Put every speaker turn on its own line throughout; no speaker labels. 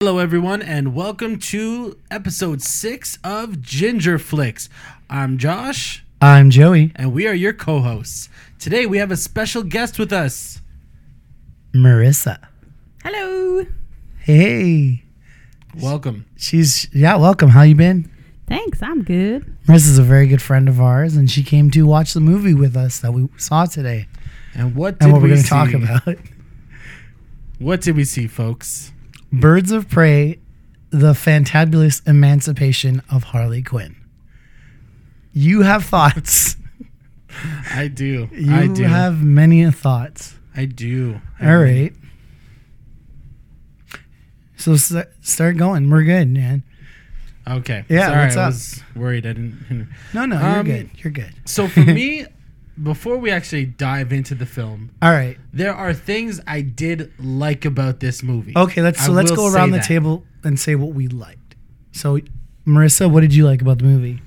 Hello, everyone, and welcome to episode six of Ginger Flicks. I'm Josh,
I'm Joey
and we are your co hosts. Today, we have a special guest with us.
Marissa.
Hello.
Hey,
Welcome.
she's yeah. Welcome. How you been?
Thanks. I'm good.
Marissa's a very good friend of ours, and she came to watch the movie with us that we saw today,
And what did
and what
we
we're going
see?
to talk about.
What did we see, folks?
Birds of Prey: The Fantabulous Emancipation of Harley Quinn. You have thoughts.
I do.
You
I do.
have many thoughts.
I do.
All right. So s- start going. We're good, man.
Okay.
Yeah,
Sorry,
what's
I
up?
was worried I didn't.
No, no, you're
Um,
good. You're good.
So, for me, before we actually dive into the film,
All right.
there are things I did like about this movie.
Okay, let's
I
so let's
will
go
say
around the
that.
table and say what we liked. So, Marissa, what did you like about the movie?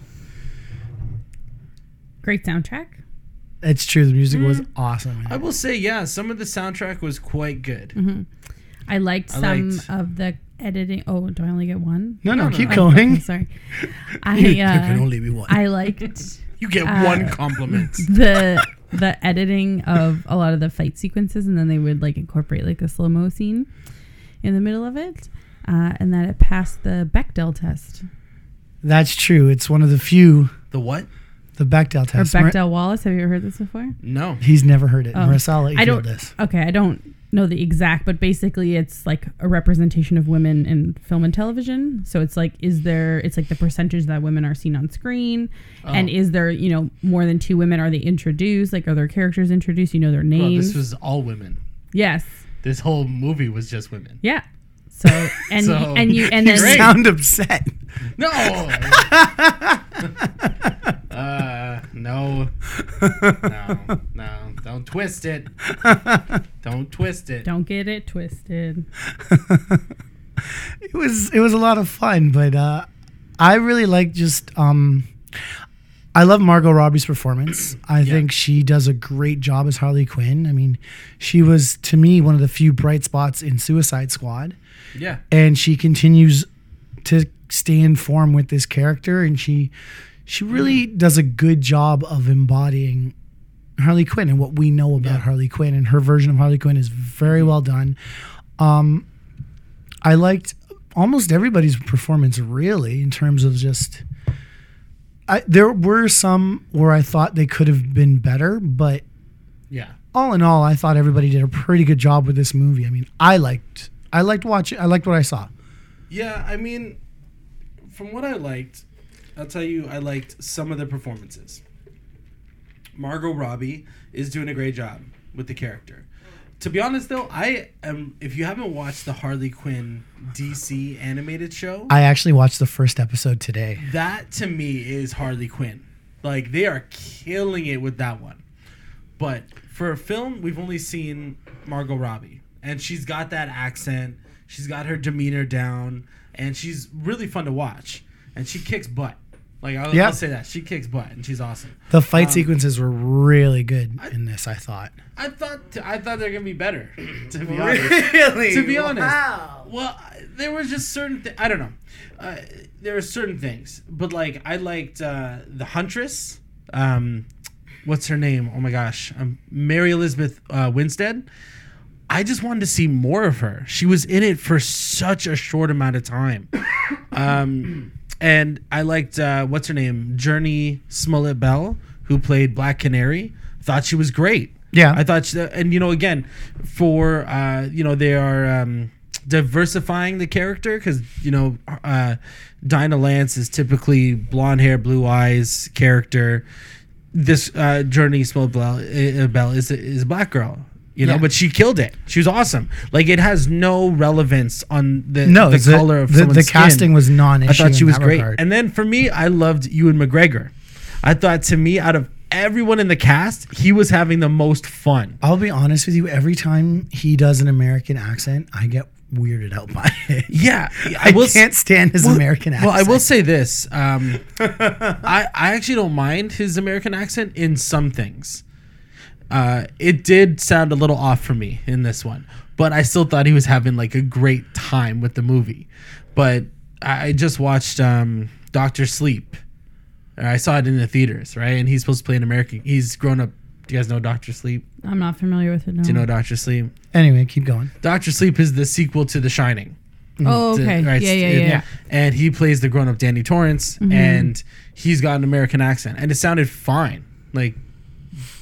Great soundtrack.
It's true, the music was
Mm.
awesome.
I will say, yeah, some of the soundtrack was quite good.
I liked
I
some
liked-
of the editing. Oh, do I only get one?
no, no,
no,
keep
no.
going.
Okay, sorry. I uh,
be one.
I liked
You get
Uh,
one compliment.
the the editing of a lot of the fight sequences, and then they would like incorporate like a slow mo scene in the middle of it, uh, and that it passed the Bechdel test
That's true. It's one of the few
The what?
the Bechdel
or
test. Mar-
Bechdel Wallace. Have you ever heard this before?
No.
He's never heard it.
Oh.
Marissa, I'll let you
I
do
don't.
this.
Okay, I don't know the exact, but basically, it's like a representation of women in film and television. So it's like, is there? It's like the percentage that women are seen on screen, and
Oh.
is there? You know, more than two women? Are they introduced? Like, are their characters introduced? You know their
Bro,
names?
this was all women.
yes.
This whole movie was just women.
Yeah. So and
So-
and you and then
Great.
Sound upset.
No. uh, no. No. No. Don't twist it. Don't twist it.
don't get it twisted.
it was it was a lot of fun, but uh, I really like just um, I love Margot Robbie's performance. I think she does a great job as Harley Quinn. I mean, she was to me one of the few bright spots in Suicide Squad,
Yeah.
and she continues to stay in form with this character, and she she really does a good job of embodying. Harley Quinn and what we know about
Yeah.
Harley Quinn and her version of Harley Quinn is very well done. Um, I liked almost everybody's performance really in terms of just I, there were some where I thought they could have been better, but
Yeah.
all in all, I thought everybody did a pretty good job with this movie. I mean, I liked I liked watching I liked what I saw.
Yeah. I mean, from what I liked, I'll tell you, I liked some of the performances. Margot Robbie is doing a great job with the character. To be honest, though, I am. If you haven't watched the Harley Quinn DC animated show,
I actually watched the first episode today.
that to me is Harley Quinn. Like they are killing it with that one. But for a film, we've only seen Margot Robbie, and she's got that accent. She's got her demeanor down, and she's really fun to watch. And she kicks butt. Like I'll,
Yeah.
I'll say that she kicks butt, and she's awesome.
The fight sequences were really good in this, I thought.
I thought I thought they're gonna be better. To be honest, really? To be honest, well, I- there was just certain. Th- I don't know. Uh, there were certain things, but like I liked uh, the Huntress. Um, what's her name? Oh my gosh, um, Mary Elizabeth uh, Winstead. I just wanted to see more of her. She was in it for such a short amount of time. Um, and I liked uh, what's her name, Journey Smollett Bell, who played Black Canary. Thought she was great.
Yeah.
I thought, she, and you know, again, for uh, you know, they are um, diversifying the character because you know, uh, Dinah Lance is typically blonde hair, blue eyes character. This uh, Journey Smollett Bell, uh, Bell is is a black girl. You know,
Yeah.
but she killed it. She was awesome. Like it has no relevance on the
No,
the, color of
the,
someone's
the
skin.
casting was non-issue.
I thought she
in
was
that
great.
regard.
And then for me, I loved Ewan McGregor. I thought to me, out of everyone in the cast, he was having the most fun.
I'll be honest with you. Every time he does an American accent, I get weirded out by it.
Yeah,
I, can't stand his
well,
American accent.
Well, I will say this: um, I I actually don't mind his American accent in some things. Uh, it did sound a little off for me in this one, but I still thought he was having like a great time with the movie. But I I just watched um, Doctor Sleep. Uh, I saw it in the theaters, right? And he's supposed to play an American. He's grown up. Do you guys know Doctor Sleep?
I'm not familiar with it. No.
Do you
Mm.
know Doctor Sleep?
Anyway, keep going.
Doctor Sleep is the sequel to The Shining.
oh,
to-
okay.
right,
yeah, yeah,
it-
yeah,
And he plays the grown up Danny Torrance, and he's got an American accent, and it sounded fine. Like,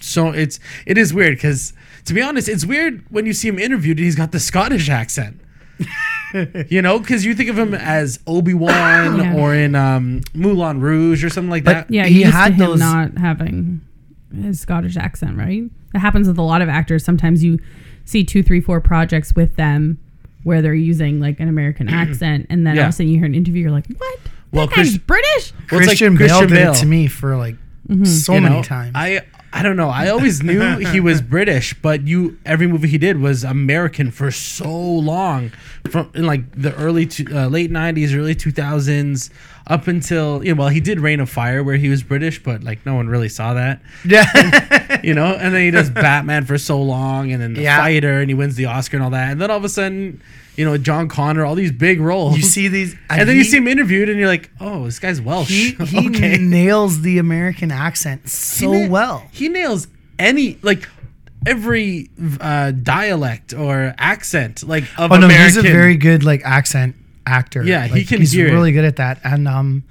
so it's it is weird because to be honest, it's weird when you see him interviewed and he's got the Scottish accent. you know, because you think of him as Obi Wan
Yeah.
or in um, Moulin Rouge or something like
But-
that.
Yeah,
He
he used
had
to him
those-
not having his Scottish accent, right? That happens with a lot of actors. Sometimes you see two, three, four projects with them where they're using like an American accent, and then all
Yeah.
of a sudden you hear an interview, you're like, "What?
Well,
that guy's
Chris- Well,
British."
it's like
Christian, Bale
Christian
did
Bale.
it to me for like so
you
many
know?
times.
I I don't know. I always knew he was British, but you every movie he did was American for so long, from in like the early to, uh, late '90s, early 2000s, up until you know, well, he did Reign of Fire where he was British, but like no one really saw that,
yeah,
you know. And then he does Batman for so long, and then the
Yeah.
Fighter, and he wins the Oscar and all that, and then all of a sudden, you know, John Connor, all these big roles.
you see these,
and then you
he-
see him interviewed, and you're like, "Oh, this guy's Welsh."
He, he nails the American accent so
He na-
well.
He nails any like every uh, dialect or accent like of
Oh no,
American.
he's a very good like accent actor.
Yeah, he
Like,
can
He's
hear it.
really good at that. And um,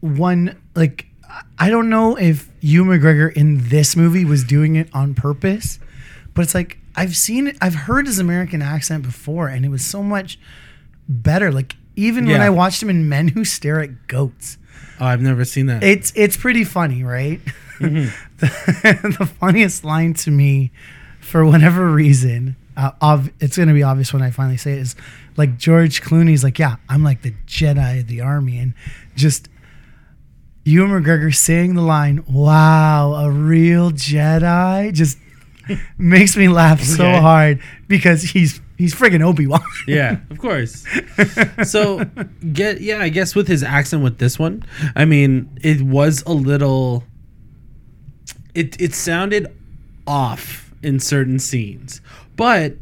one like I- I don't know if Hugh McGregor in this movie was doing it on purpose, but it's like I've seen it. I've heard his American accent before, and it was so much better. Like even when
Yeah.
I watched him in Men Who Stare at Goats,
oh, I've never seen that.
it's it's pretty funny, right?
Mm-hmm.
the, the funniest line to me, for whatever reason, uh, ob- it's gonna be obvious when I finally say it is, like George Clooney's like, yeah, I'm like the Jedi of the army, and just Ewan McGregor saying the line, "Wow, a real Jedi," just makes me laugh so
Okay.
hard because he's he's friggin' Obi Wan.
yeah, of course. so get yeah, I guess with his accent with this one, I mean, it was a little. It it sounded off in certain scenes, but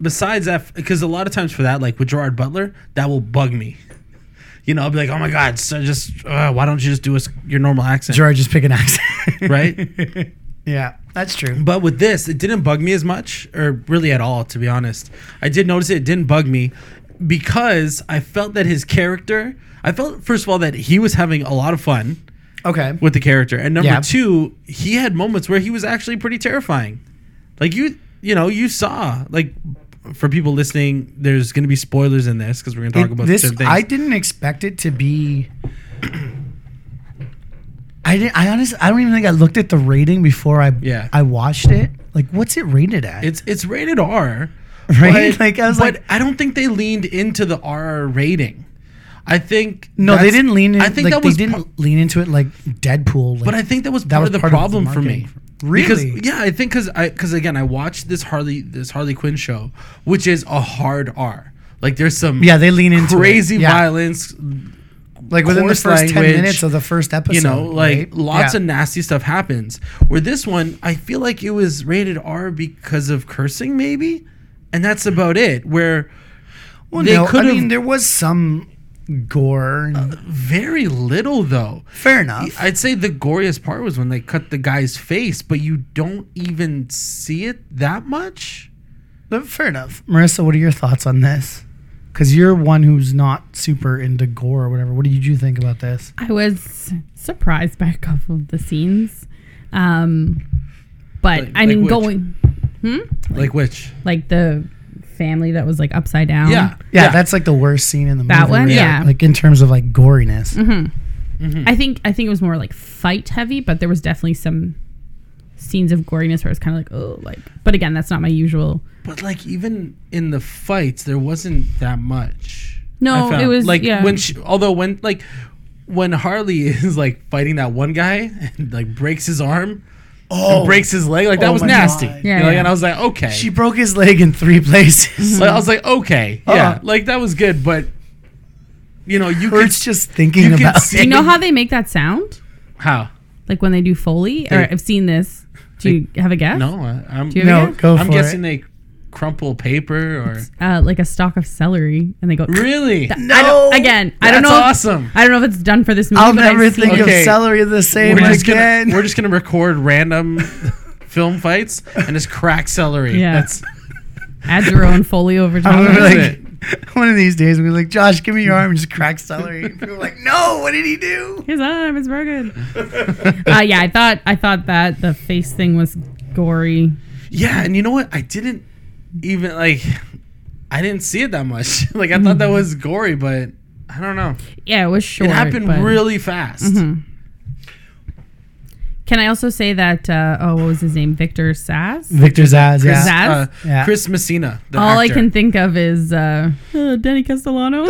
besides that, because a lot of times for that, like with Gerard Butler, that will bug me. You know, I'll be like, oh my god, so just uh, why don't you just do a, s- your normal accent?
George is picking accent,
Right?
yeah, that's true.
But with this, it didn't bug me as much, or really at all, to be honest. I did notice it, it didn't bug me because I felt that his character, I felt, first of all, that he was having a lot of fun
Okay,
with the character. And number
Yeah.
two, he had moments where he was actually pretty terrifying. Like you, you know, you saw, like, for people listening, there's going to be spoilers in this because we're going to talk
It-
about
this.
certain things.
I didn't expect it to be. I didn't. I honestly, I don't even think I looked at the rating before I
Yeah.
I watched it. Like, what's it rated at?
it's it's rated R,
Right? Like, I was
but
like-
I don't think they leaned into the R rating. I think
no, they
that's-
didn't lean. In,
I think
like,
that
they
was
didn't
par-
lean into it like Deadpool. Like,
But I think that was
That
part
was
of the
part of the
problem for me.
marketing. Really?
Because, yeah, I think because I because again I watched this Harley this Harley Quinn show, which is a hard R. Like there's some
yeah, they lean into it.
crazy
Yeah.
violence.
Like within the
coarse
first ten
language,
minutes of the first episode,
You know, like
right?
lots
Yeah.
of nasty stuff happens. Where this one, I feel like it was rated R because of cursing, maybe, and that's about it. Where
Well,
they
no, I
could've- Uh,
mean, there was some gore. and-
very little though.
fair enough.
I'd say the goriest part was when they cut the guy's face, but you don't even see it that much.
But fair enough. Marissa, what are your thoughts on this? Because you're one who's not super into gore or whatever. What did you think about this?
I was surprised by a couple of the scenes, um, but
Like-
I mean,
like which?
going hmm?
Like which?
like the family that was like upside down.
Yeah.
Yeah, that's like the worst scene in the
That
movie.
one?
right?
Yeah.
Like in terms of like goriness.
I think I think it was more like fight heavy, but there was definitely some scenes of goriness where it's kind of like oh like. But again, that's not my usual.
But like even in the fights, there wasn't that much.
No,
I found.
it was-
like
yeah.
when she, although when like when Harley is like fighting that one guy and like breaks his arm, and breaks his leg, like that
Oh
was
my
nasty.
God.
You
Yeah,
know,
yeah.
and I was like, okay.
She broke his leg in three places.
Like, I was like, okay, yeah,
Uh-huh.
like that was good, but you know, you could
Hurts just thinking
you can
about
see-
Do you know how they make that sound?
how?
Like when they do foley, or
They-
I've seen this. Do you have a guess?
No, I, I'm
Do you have a
No,
guess?
go for
I'm guessing
it.
they crumple paper or
uh, like a stalk of celery, and they go.
really?
Th- I don't-
No!
again, I don't know.
That's
if-
awesome.
I don't know if it's done for this movie.
I'll
but I've
never
seen
think
it.
of
Okay.
celery the same
we're just
again.
gonna we're just gonna record random film fights and just crack celery.
Yeah.
That's
Add your own foley over
I'm
top.
gonna
of
be
it.
That's
like, one of these days, we're like, Josh, give me your arm and just crack celery. And people are like, no, what did he do?
His arm is broken. uh, yeah, I thought I thought that the face thing was gory.
yeah, and you know what? I didn't even like. I didn't see it that much. like I thought
Mm-hmm.
that was gory, but I don't know.
Yeah, it was short.
it happened
but- Mm-hmm.
really fast.
Can I also say that? Uh, oh, what was his name? Victor Sass.
Victor Zaz, yeah.
Zsa-
Uh,
Yeah.
Chris Messina. The
All I
actor.
can think of is uh, uh, Danny Castellano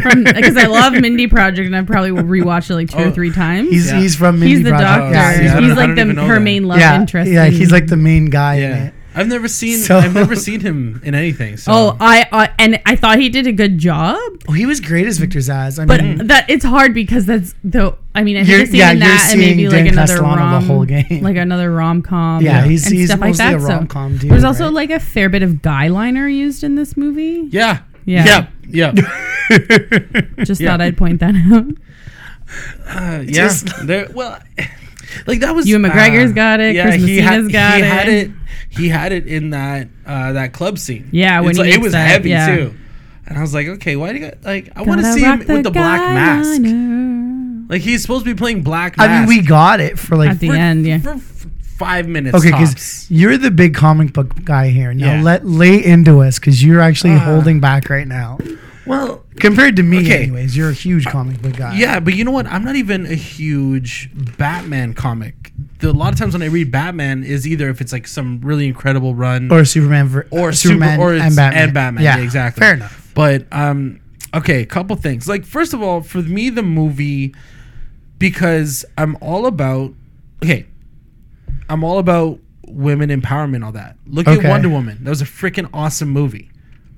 from because I love Mindy Project and I probably will rewatch it like two
Oh,
or three times.
He's,
Yeah.
he's from Mindy
He's the
Project.
doctor.
yeah,
Yeah,
I
He's
don't- I
like
don't
the,
even know
her
that.
main love
yeah,
interest.
yeah,
in-
he's like the main guy in
Yeah,
it.
I've never seen.
So-
I've never seen him in anything. So.
Oh, I uh, and I thought he did a good job,
Oh, he was great as Victor Zaz. I
but
mean,
that it's hard because that's the. I mean, I
Mm-hmm.
think
You're-
I've seen
yeah,
in
you're
that and maybe
seeing
like
Dan
another
Castellano the
rom,
whole game.
like another rom com.
Yeah, he's-
and
he's
stuff like
mostly
that.
a
so
rom-com dude,
There's also
right?
like a fair bit of guy liner used in this movie.
yeah,
Yeah.
yeah, yeah.
Just
Yeah.
thought I'd point that out.
Uh, yeah,
Just-
there. Well, like that was.
Ewan McGregor's got it, Chris
he
Messina's got
he
it.
had it. He had it in that uh, that club scene.
Yeah, when
It's
he
like- it
makes
was
that,
heavy
yeah.
too. And I was like, okay, why do you got, like? I want to
Gotta
see him
rock
with the black
guy
mask.
liner.
Like he's supposed to be playing black. Mask
I mean, we got it for like
At the end, yeah.
for f- five minutes.
Okay,
because
because you're the big comic book guy here. Now
Yeah.
let lay into us, because you're actually
Ah.
holding back right now
well,
compared to me.
Okay.
Anyways, you're a huge comic book guy.
Yeah, but you know what? I'm not even a huge Batman comic. The, a lot of times when I read Batman is either if it's like some really incredible run
or Superman ver-
or
Superman
Super, or it's-
and Batman
Yeah, exactly.
Fair enough.
But um, okay, a couple things. Like first of all, for me, the movie because I'm all about okay, I'm all about women empowerment, all that. Look
Okay.
at Wonder Woman. That was a freaking awesome movie,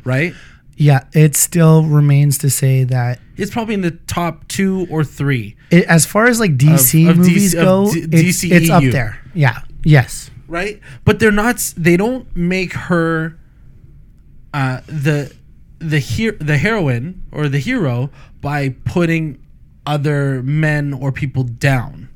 right?
Yeah, it still remains to say that
It's probably in the top two or three.
it, as far as like DC
of
movies
DC
go,
of D- E
it's, it's up
DCEU.
there. Yeah. Yes.
right? But they're not. s- They don't make her uh, the the her- the heroine or the hero by putting other men or people down.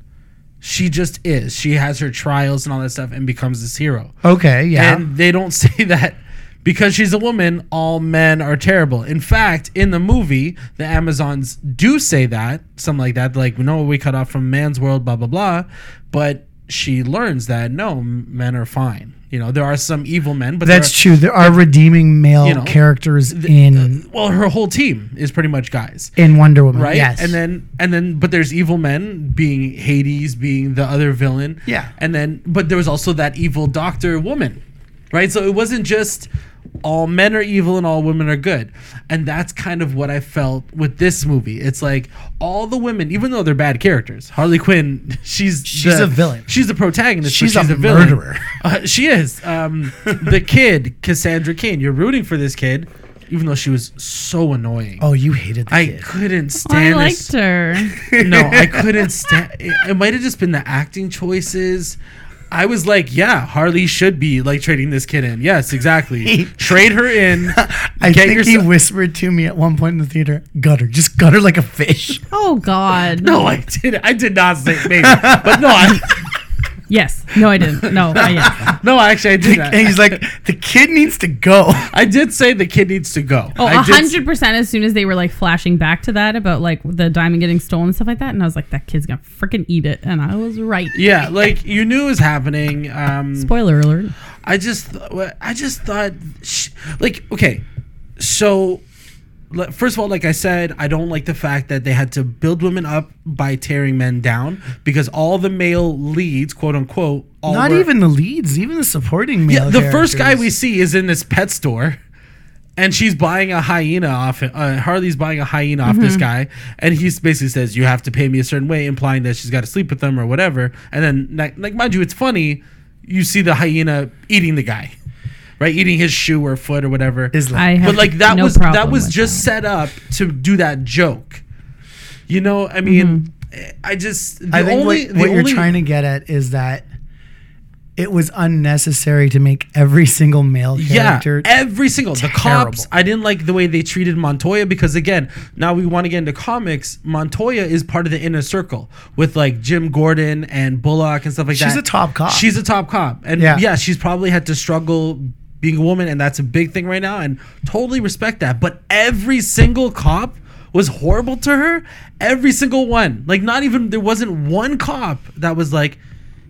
She just is. She has her trials and all that stuff, and becomes this hero.
Okay. Yeah.
And they don't say that because she's a woman, all men are terrible. In fact, in the movie, the Amazons do say that, something like that. Like, no, we cut off from man's world, blah, blah, blah. But she learns that no, m- men are fine. You know, there are some evil men, but
That's
there
true. There are redeeming male
you know,
characters
th-
in
are, well, her whole team is pretty much guys.
in Wonder Woman.
Right,
Yes.
and then and then, but there's evil men being Hades, being the other villain.
Yeah.
and then, but there was also that evil doctor woman, right? So it wasn't just all men are evil and all women are good, and that's kind of what I felt with this movie. It's like all the women, even though they're bad characters, Harley Quinn, she's
She's
the-
a villain.
She's the protagonist. but
She's a
she's villain.
murderer.
Uh, she is um, the kid, Cassandra Kane. You're rooting for this kid, even though she was so annoying.
oh, you hated the
I
kid.
couldn't
I
stand. her
liked her.
no, I couldn't stand. It it might have just been the acting choices. I was like, yeah, Harley should be like trading this kid in. Yes, exactly. Trade her in.
I
get
think he
yourself-
whispered to me at one point in the theater, "Gutter, just gutter like a fish."
Oh God.
No, I did. I did not say maybe, but no, I,
Yes. No, I didn't. No. I, yes.
no. Actually, I did. Not.
and he's like, "The kid needs to go."
I did say the kid needs to go.
Oh,
I did-
hundred percent. As soon as they were like flashing back to that about like the diamond getting stolen and stuff like that, and I was like, that kid's gonna freaking eat it, and I was right.
Yeah, like you knew it was happening. Um,
Spoiler alert.
I just, th- I just thought, sh- like, okay, so le- first of all, like I said, I don't like the fact that they had to build women up by tearing men down because all the male leads, quote unquote, all
Not
were-
even the leads, even the supporting male.
Yeah, the first guy we
characters.
see is in this pet store. And she's buying a hyena off. Uh, Harley's buying a hyena off
Mm-hmm.
this guy, and he basically says, "You have to pay me a certain way," implying that she's got to sleep with them or whatever. And then, like, like mind you, it's funny. You see the hyena eating the guy, right? Eating his shoe or foot or whatever
is
I
like,
have
but like that
no
was that
problem
was
with
just
that.
set up to do that joke. You know, I mean, I just the
Mm-hmm. I think
only
what,
the
what
only
you're trying to get at is that it was unnecessary to make every single male character.
Yeah, every single the cops.
terrible.
I didn't like the way they treated Montoya because again, now we want to get into comics. Montoya is part of the inner circle with like Jim Gordon and Bullock and stuff like
She's
that.
a top cop.
She's a top cop, and yeah.
Yeah.
she's probably had to struggle being a woman, and that's a big thing right now. And totally respect that. But every single cop was horrible to her. Every single one. Like not even there wasn't one cop that was like.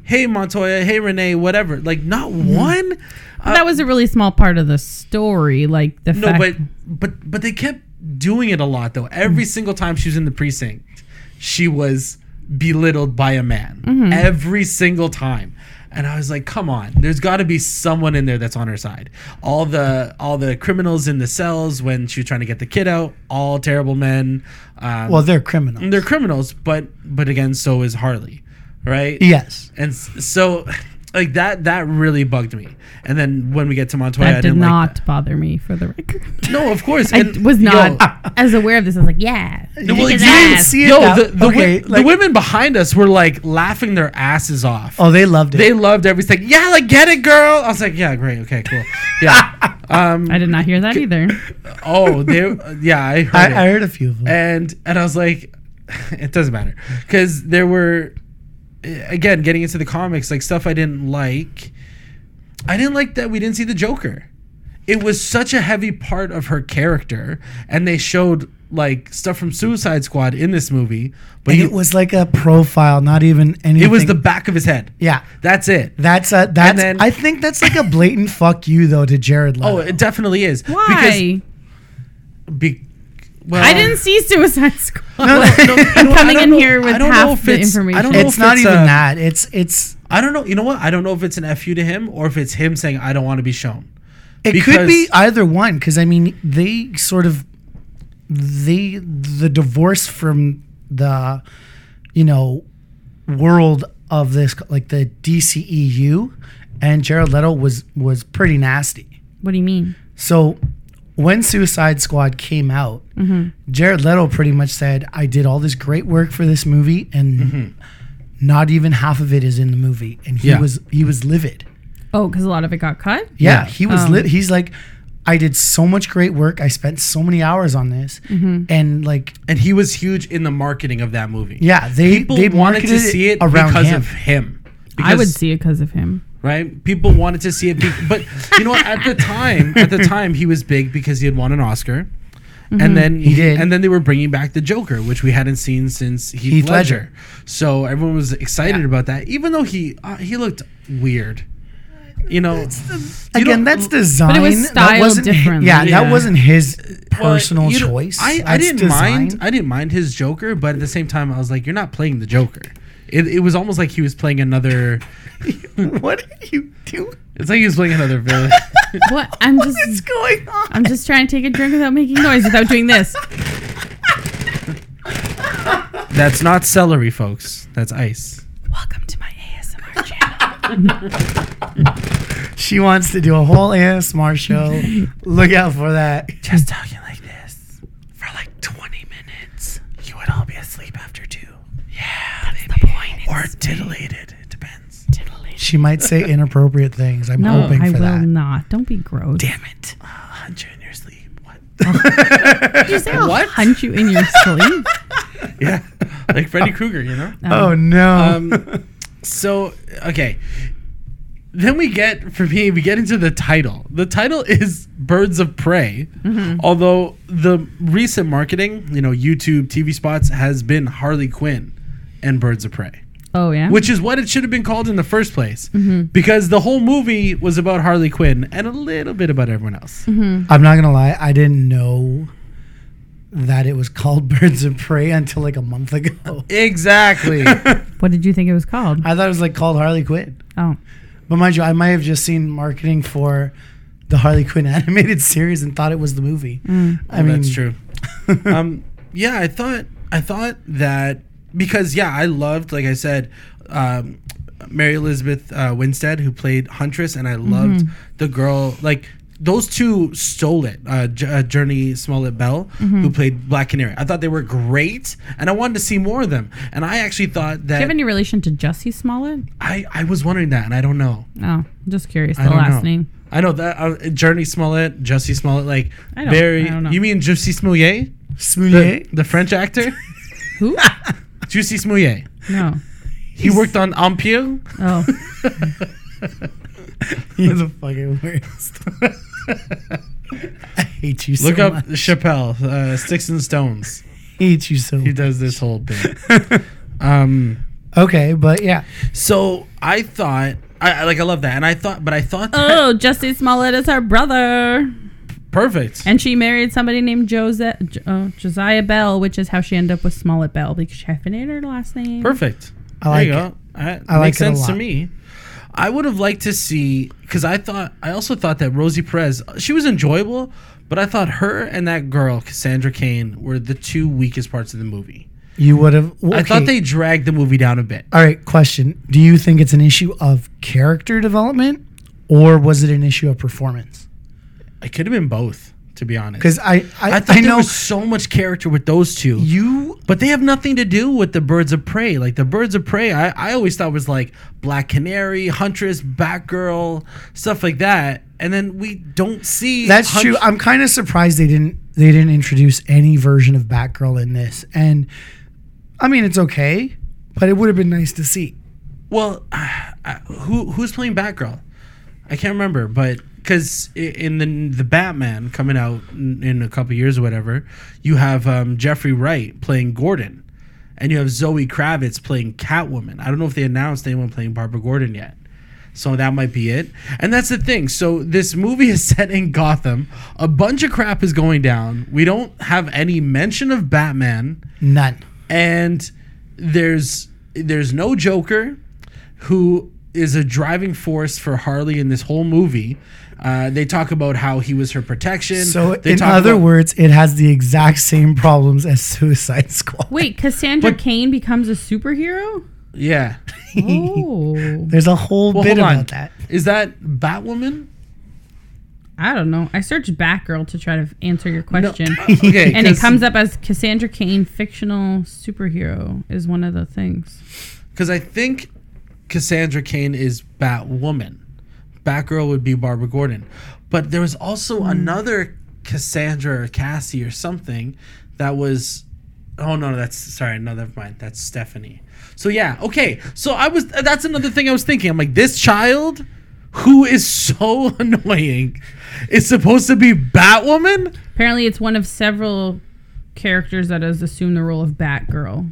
Hey Montoya, hey Renee, whatever. Like not
Mm-hmm.
one. Uh,
that was a really small part of the story, like the
no,
fact.
but but but they kept doing it a lot though.
Mm.
Every single time she was in the precinct, she was belittled by a man.
Mm-hmm.
Every single time. And I was like, "Come on! There's got to be someone in there that's on her side." All the all the criminals in the cells when she was trying to get the kid out, all terrible men. Um,
well, they're criminals.
they're criminals, but but again, so is Harley, right?
yes.
And s- so, like that that really bugged me. And then when we get to Montoya, I
that did
didn't like
not
that.
bother me, for the record.
No, of course.
I
and-
was not
Yo,
as aware of this. I was like, yeah.
No, well,
kick his
you didn't
ass.
see it
Yo,
that-
the, the,
okay,
wo- the
like-
women behind us were like laughing their asses off.
Oh, they loved it.
They loved everything. Yeah, like get it, girl. I was like, yeah, great, okay, cool. Yeah.
I did not hear that either.
oh, they. Yeah, I heard.
I,
it.
I heard a few of them.
and and I was like, it doesn't matter because there were, eh, again, getting into the comics like stuff I didn't like. I didn't like that we didn't see the Joker. It was such a heavy part of her character, and they showed like stuff from Suicide Squad in this movie, but
And
you-
it was like a profile, not even anything.
it was the back of his head.
yeah.
That's it.
That's a that's.
then-
I think that's like a blatant fuck you though to Jared
Oh,
Leto.
it definitely is.
Why?
Because, be, well,
I didn't see Suicide Squad.
uh, no, you know what, I
coming
don't
in
know-
here with
I don't know
half
if
the
it's- I don't
information.
know
it's
if
not
it's,
even
uh,
that. It's it's.
I don't know. You know what? I don't know if it's an fu to him or if it's him saying I don't want to be shown.
It
because-
could be either one because I mean they sort of they the divorce from the you know world of this like the DCEU and Jared Leto was was pretty nasty.
What do you mean?
So when Suicide Squad came out,
Mm-hmm.
Jared Leto pretty much said, "I did all this great work for this movie, and not even half of it is in the movie." And he
Mm-hmm. Yeah.
was he was livid.
Oh, because a lot of it got cut.
Yeah.
Yeah, he was
Um,
lit. He's like, I did so much great work. I spent so many hours on this,
Mm-hmm.
and like,
and he was huge in the marketing of that movie.
yeah, they
people
they
wanted to
marketed
see it
around
because
him.
of him.
I would
Because-
see it because of him.
right? People wanted to see it, be- but you know what? At the time, at the time, he was big because he had won an Oscar, and then he
Mm-hmm. did.
and then they were bringing back the Joker, which we hadn't seen since Heath,
Heath
Ledger.
Ledger.
So everyone was excited about that, even though he uh, he looked weird. You know, you don't-
Again, that's design.
was styled
that wasn't,
differently.
Yeah,
Yeah.
that wasn't his
Well,
personal
you know,
choice.
I, I
That's
didn't
design.
mind. I didn't mind his Joker, but at the same time, I was like, "You're not playing the Joker." It, it was almost like he was playing another.
what are you doing?
It's like he was playing another villain.
What? I'm just.
What's going on?
I'm just trying to take a drink without making noise, without doing this.
That's not celery, folks. That's ice.
Welcome to my ASMR channel.
She wants to do a whole ASMR show. Look out for that.
Just talking like this for like 20 minutes. You would all be asleep after two. Yeah, That's the point. Or titillated. It depends.
She might say inappropriate things. I'm
No,
hoping
I
for
will Um,
that.
not. Don't be gross.
Damn it.
Punch you in your sleep. What?
Did you say I'll
What?
hunt you in your sleep?
Yeah. like Freddy Krueger, you know?
Oh no.
Um, so, okay. Then we get, for me, we get into the title. The title is Birds of Prey. Although the recent marketing, you know, YouTube, TV spots, has been Harley Quinn and Birds of Prey.
Oh yeah.
which is what it should have been called in the first place because the whole movie was about harley quinn and a little bit about everyone else
I'm not gonna lie, I didn't know that it was called Birds of Prey until like a month ago.
exactly
What did you think it was called?
I thought it was like called Harley Quinn.
Oh,
But mind you, I might have just seen marketing for the Harley Quinn animated series and thought it was the movie.
Mm.
I mean,
that's true um, yeah i thought i thought that because yeah i loved like i said um,
Mm-hmm.
mary elizabeth uh, winstead who played huntress and i loved the girl like those two stole it. Uh, J- uh, Journey Smollett Bell,
Mm-hmm.
who played Black Canary. I thought they were great, and I wanted to see more of them. And I actually thought
Do you have
that
any relation to Jussie Smollett?
I I was wondering that, and I don't know.
Oh, just curious. The
I don't
last
know.
name.
I know that uh, Journey Smollett, Jussie Smollett, like
I don't-
very.
I don't know.
You mean Juicy Smouillet, the,
Smouillet.
the French actor?
Who?
Juicy Smouillet.
no.
He worked on Empire.
Oh,
You're the fucking worst. I hate you so
Look up
much.
Chappelle, uh, Sticks and Stones.
hate you so
He
much.
does this whole bit. Um,
Okay, but yeah.
so I thought, I I- like, I love that, and I thought, but I thought, that,
oh, Jussie Smollett is her brother,
perfect.
and she married somebody named Joseph Jo- oh, Josiah Bell, which is how she ended up with Smollett Bell because she hyphenated her last name.
Perfect.
I
there you
like
go. That
I like
makes
it a
sense to
lot.
me. I would have liked to see because I thought I also thought that Rosie Perez she was enjoyable, but I thought her and that girl Cassandra Kane were the two weakest parts of the movie.
You would have.
I thought they dragged the movie down a bit.
All right, question. Do you think it's an issue of character development or was it an issue of performance?
It could have been both, to be honest.
Because I, I,
I
I,
thought there
know
was so much character with those two.
you.
But they have nothing to do with the birds of prey. Like the birds of prey, I, I always thought was like Black Canary, Huntress, Batgirl, stuff like that. And then we don't see.
That's
Hunt-
true. I'm kind of surprised they didn't they didn't introduce any version of Batgirl in this. And I mean, it's okay, but it would have been nice to see.
well, I- I- who who's playing Batgirl? I can't remember, but because in the the Batman coming out in, in a couple years or whatever, you have um, Jeffrey Wright playing Gordon, and you have Zoe Kravitz playing Catwoman. I don't know if they announced anyone playing Barbara Gordon yet. So that might be it. And that's the thing. So this movie is set in Gotham. A bunch of crap is going down. We don't have any mention of Batman.
None.
and there's there's no Joker, who is a driving force for Harley in this whole movie. Uh, they talk about how he was her protection.
So
they
in
talk
other
about-
words, it has the exact same problems as Suicide Squad.
Wait, Cassandra
But-
Kane becomes a superhero?
yeah.
Oh,
There's a whole
Well,
bit
hold
about
on.
that.
Is that Batwoman?
I don't know. I searched Batgirl to try to answer your question.
Okay,
and it comes up as Cassandra Kane, fictional superhero, is one of the things.
because I think Cassandra Kane is Batwoman. Batgirl would be Barbara Gordon, but there was also another Cassandra or Cassie or something that was. Oh no, no, that's sorry. No, never mind. That's Stephanie. So yeah, okay. So I was. That's another thing I was thinking. I'm like, this child, who is so annoying, is supposed to be Batwoman.
Apparently, it's one of several characters that has assumed the role of Batgirl.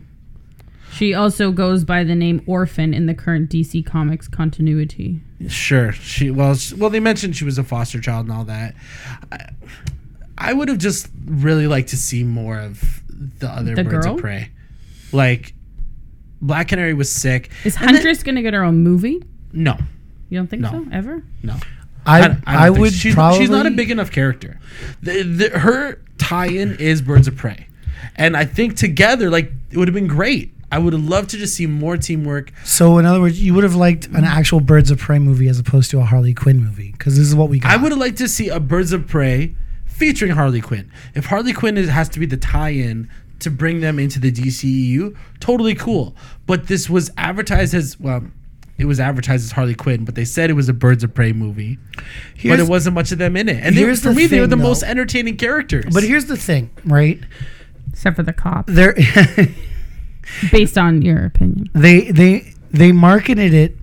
She also goes by the name Orphan in the current DC Comics continuity.
Sure. She well, sh well, they mentioned she was a foster child and all that. I, I would have just really liked to see more of the other
The
birds
girl?
of prey. Like Black Canary was sick.
Is Huntress going to get her own movie?
No,
You don't think
No.
so? Ever?
no.
I,
don't-
I,
don't think
would
so. she's,
probably.
She's not a big enough character. The, the, her tie-in is Birds of Prey, and I think together, like, it would have been great. I would have loved to just see more teamwork.
So in other words, you would have liked an actual Birds of Prey movie as opposed to a Harley Quinn movie because this is what we got.
I would have liked to see a Birds of Prey featuring Harley Quinn. If Harley Quinn is, has to be the tie-in to bring them into the DCEU, totally cool. But this was advertised as well, it was advertised as Harley Quinn, but they said it was a Birds of Prey movie.
Here's-
but it wasn't much of them in it. And they,
here's
for
the
me, they were
thing,
the
though.
most entertaining characters.
But here's the thing, right?
Except for the cop,
There,
based on your opinion.
they they they marketed it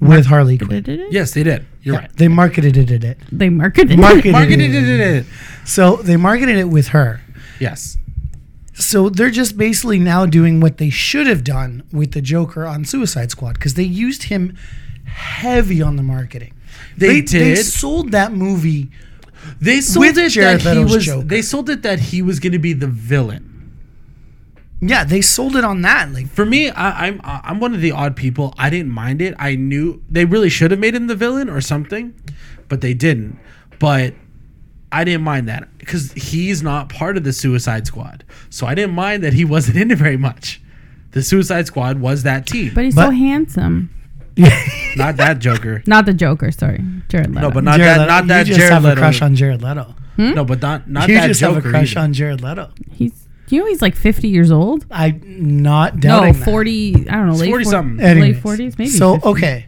with Harley Quinn.
Did it?
yes, they did. You're right.
They marketed it. it, it.
They marketed it.
Marketed,
Marketed
it, it, it.
it.
So they marketed it with her.
Yes.
So they're just basically now doing what they should have done with the Joker on Suicide Squad because they used him heavy on the marketing.
They
They
did.
sold that movie.
They sold
With
it
Jared
that he
Leto's
was
Joker.
they sold it that he was going to be the villain.
Yeah, they sold it on that. Like
For me, I, I'm I'm one of the odd people. I didn't mind it. I knew they really should have made him the villain or something, but they didn't. But I didn't mind that because he's not part of the Suicide Squad, so I didn't mind that he wasn't in it very much. The Suicide Squad was that team.
But he's so
But-
handsome.
not that Joker.
Not the Joker, sorry, Jared Leto.
No, but not that. Not that
you just
Jared
have
Leto.
a crush on Jared Leto.
Hmm?
No, but not not
you
that
just
Joker.
have a crush
either.
on Jared Leto.
he's you know he's like fifty years old.
I'm not
No,
doubting that.
forty. I don't know,
He's
late
40 something.
Anyways.
late forties, maybe.
So
50.
okay,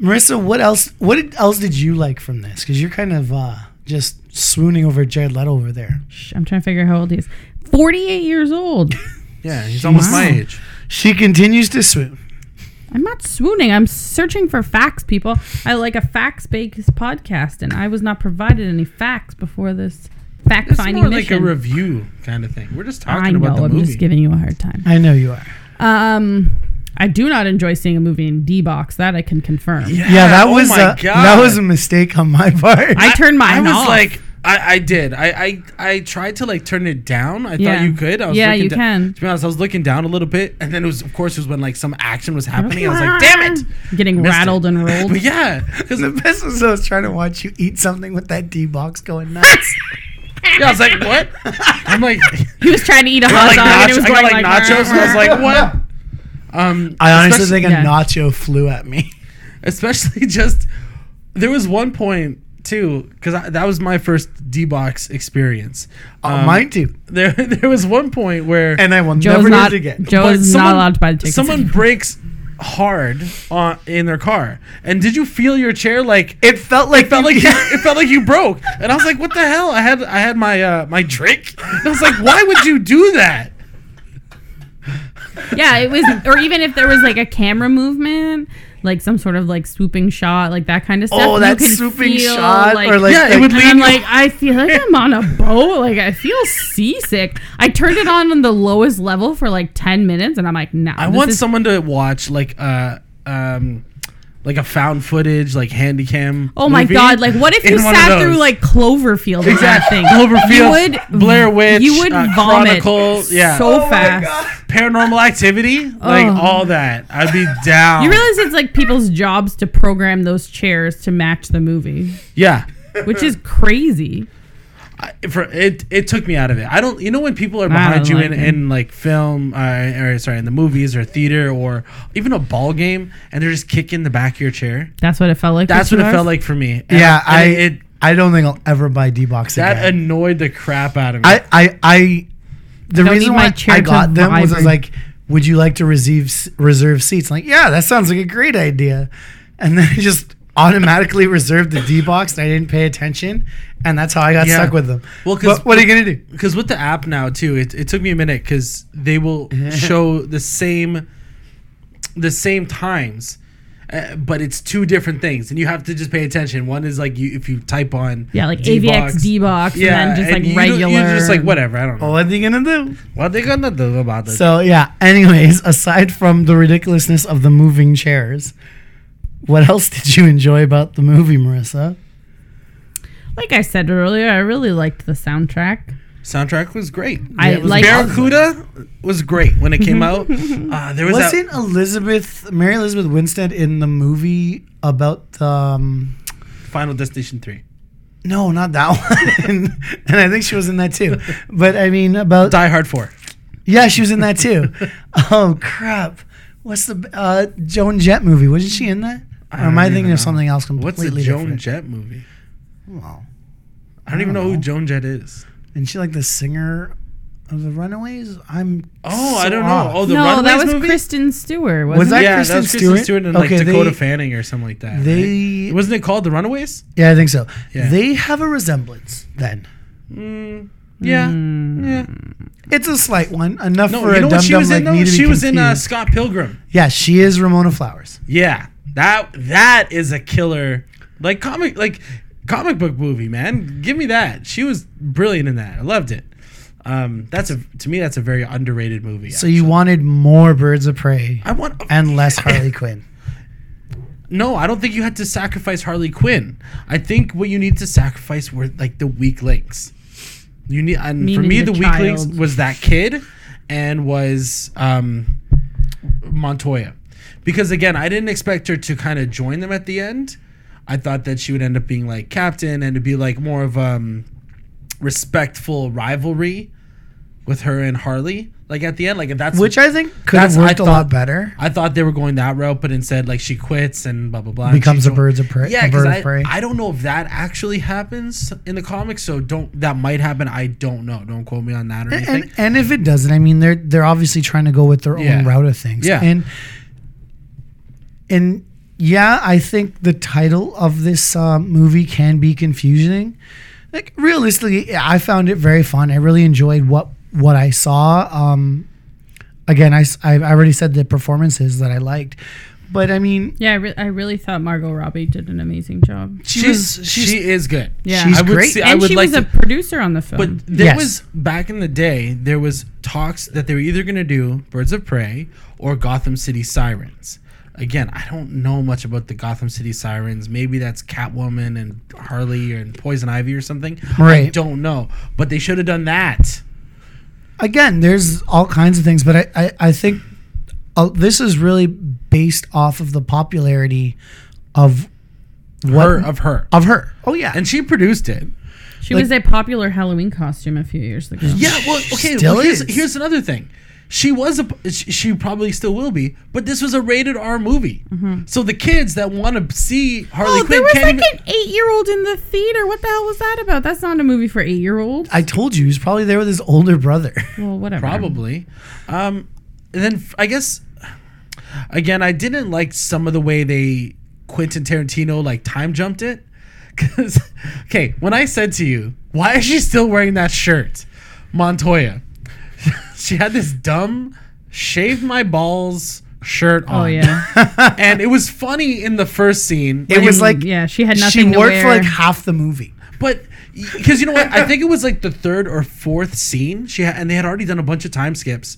Marissa, what else? What did, else did you like from this? Because you're kind of uh, just swooning over Jared Leto over there.
Shh, I'm trying to figure out how old he is. Forty-eight years old.
Yeah, he's almost my
Wow.
age.
She continues to swoon.
I'm not swooning. I'm searching for facts, people. I like a facts-based podcast, and I was not provided any facts before this
It's
fact-finding
more like
mission.
a review kind of thing. We're just talking
I know.
about the
I'm
movie.
just giving you a hard time.
I know you are.
Um, I do not enjoy seeing a movie in D box. That I can confirm.
Yeah, that
oh
was
my
a, that
God.
was a mistake on my part.
I turned
I
mine
was
off.
like, I, I did. I, I I tried to like turn it down. I
Yeah.
thought you could. I was
Yeah,
looking
you
da-
can.
To be honest, I was looking down a little bit, and then it was, of course, it was when like some action was happening. I was like, damn it!
Getting
Missed it.
rattled and rolled.
But yeah, because
the best was I was trying to watch you eat something with that D box going nuts.
yeah, I was like, what? I'm like,
He was trying to eat a hot
like
dog and it
nacho,
was
I
going
got
like,
like nachos, and I was like, what? Um,
I honestly
especially-
think
yeah.
a nacho flew at me.
especially just there was one point too because that was my first D box experience.
Oh,
Um,
mine too.
There, there was one point where
And I will
Joe's
never
not.
do it again.
but
Joe's not
someone-
allowed to buy the tickets.
Someone breaks hard on, in their car, and did you feel your chair like? It
It felt like
felt like you, it felt like you broke, and I was like, "What the hell?" I had I had my uh, my drink, and I was like, "Why would you do that?"
yeah, it was. Or even if there was like a camera movement, like some sort of like swooping shot, like that kind of stuff.
Oh,
you
that
could
swooping
feel,
shot or like
Yeah, it
the-
would
And I'm
lead you-
like, I feel like I'm on a boat. Like I feel seasick. I turned it on on the lowest level for like ten minutes, and I'm like, nah.
I
this
want
is-
someone to watch like uh um like a found footage like handy cam.
Oh my
movie
god! Like, what if you
in one of
sat through
those.
like Cloverfield?
Exactly.
And that thing?
Cloverfield,
You would
Blair Witch,
You would
uh,
vomit.
Chronicle, yeah.
So
Oh my
fast.
God.
paranormal activity, like
Oh.
all that. I'd be down.
You realize it's like people's jobs to program those chairs to match the movie,
Yeah.
which is crazy.
I, for it, it took me out of it. I don't. You know when people are
I
behind
don't
you
like
in,
it.
in like film, uh, or sorry, in the movies or theater or even a ball game, and they're just kicking the back of your chair.
That's what it felt like. for
That's
two
what it
hours?
felt like for me. And-
yeah,
and
I
it,
I don't think I'll ever buy D box again.
that annoyed the crap out of me.
I, I, I, the
Don't need
reason
my
why
chair
I
to
got them was, I was
vibrate.
like, would you like to receive s- reserve seats? like, yeah, that sounds like a great idea. And then I just automatically reserved the D box and I didn't pay attention. And that's how I got
Yeah.
stuck with them.
Well,
Well,
'cause-
what are you going to do?
because with the app now too, it, it took me a minute because they will show the same the same times, uh, but it's two different things, and you have to just pay attention. One is like you if you type on
Yeah, like
D-Box,
AVX, D box, and then just like
you don't-
regular.
you're just like whatever. I don't know
What are you going to do?
what they gonna do about it.
Oh. So, yeah, anyways, aside from the ridiculousness of the moving chairs, what else did you enjoy about the movie, Marissa?
Like I said earlier, I really liked the soundtrack.
Soundtrack was great.
I
it was
like.
Barracuda was great when it came out. Uh, there was that,
Wasn't Elizabeth Mary Elizabeth Winstead in the movie about um
Final Destination three.
no, not that one. and I think she was in that too. But I mean about
Die Hard four.
Yeah, she was in that too. oh crap. What's the uh Joan Jett movie? Wasn't she in that? Or am
don't
I
even
thinking
know.
of something else
What's
completely
the Joan
different?
Jett movie?
Wow.
I don't even know who Joan Jett is.
Isn't she like the singer of the Runaways? I'm
Oh, I
so
don't know.
off.
Oh, the
No,
Runaways
that was
movie?
Kristen Stewart. Wasn't
Was that
it?
yeah,
Kristen
that was Kristen
Stewart?
Stewart, and like
Okay, they-
Dakota Fanning or something like that.
They-
right? wasn't it called The Runaways?
yeah, I think so.
Yeah.
They have a resemblance then.
Mm, yeah,
Hmm.
yeah.
It's a slight one, enough
No,
for
you
a
know
dumb
what she
dumb
was
like
in though?
me to be
She was in uh,
confused.
Scott Pilgrim.
Yeah, she is Ramona Flowers.
Yeah, that that is a killer. Like comic, like comic book movie, man. Give me that. She was brilliant in that. I loved it. Um, that's a to me that's a very underrated movie.
So you wanted more Birds of Prey
I want
and less Harley Quinn.
no. I don't think you had to sacrifice Harley Quinn. I think what you need to sacrifice were like the weak links. You need and for
Meaning
me the,
the
weak links
child.
was that kid and was um, Montoya. Because again, I didn't expect her to kind of join them at the end. I thought that she would end up being like captain and to be like more of um respectful rivalry with her and Harley. Like at the end, like that's
Which I think could
That's-
have
I
worked a lot
thought-
better.
I thought they were going that route, but instead, like she quits and blah blah blah. and
Becomes
she
a
jo-
birds of prey.
Yeah,
a
because
bird of
I,
prey.
I don't know if that actually happens in the comics, so don't that might happen. I don't know. Don't quote me on that or
And,
anything.
and and if it doesn't, I mean they're they're obviously trying to go with their
Yeah.
own route of things.
Yeah.
And and yeah, I think the title of this uh, movie can be confusing. Like realistically, I found it very fun. I really enjoyed what what I saw. Um, again, I s- I've already said the performances that I liked, but I mean
Yeah, I, re- I really thought Margot Robbie did an amazing job.
she
she's,
was she's
she is good.
Yeah.
She's
I would
great.
see- I
and
would
she
like
was
to-
a producer on the film.
But there
Um, Yes.
was back in the day, there was talks that they were either going to do Birds of Prey or Gotham City Sirens. Again, I don't know much about the Gotham City Sirens. Maybe that's Catwoman and Harley and Poison Ivy or something. I
Right.
don't know, but they should have done that.
again, there's all kinds of things, but I, I, I think uh, this is really based off of the popularity of what
Her of her,
of her. Oh yeah,
and she produced it.
she
like-
was a popular Halloween costume a few years ago.
Yeah, well, okay.
still
well, here's,
is.
here's another thing. She was a. p- sh- She probably still will be, but this was a rated R movie.
Mm-hmm.
So the kids that want to see Harley
Oh,
Quinn
there was
can't
like
even-
an eight-year-old in the theater. What the hell was that about? That's not a movie for eight-year-olds.
I told you he's probably there with his older brother.
Well, whatever.
Probably. Um, and then f- I guess again, I didn't like some of the way they Quentin Tarantino like time jumped it. Cause okay, when I said to you, why is she still wearing that shirt, Montoya? she had this dumb shave my balls shirt on.
Oh yeah.
and it was funny in the first scene.
It was like
yeah, she had
she
nothing to
worked
wear.
for like half the movie.
But because you know what, I think it was like the third or fourth scene. She had, and they had already done a bunch of time skips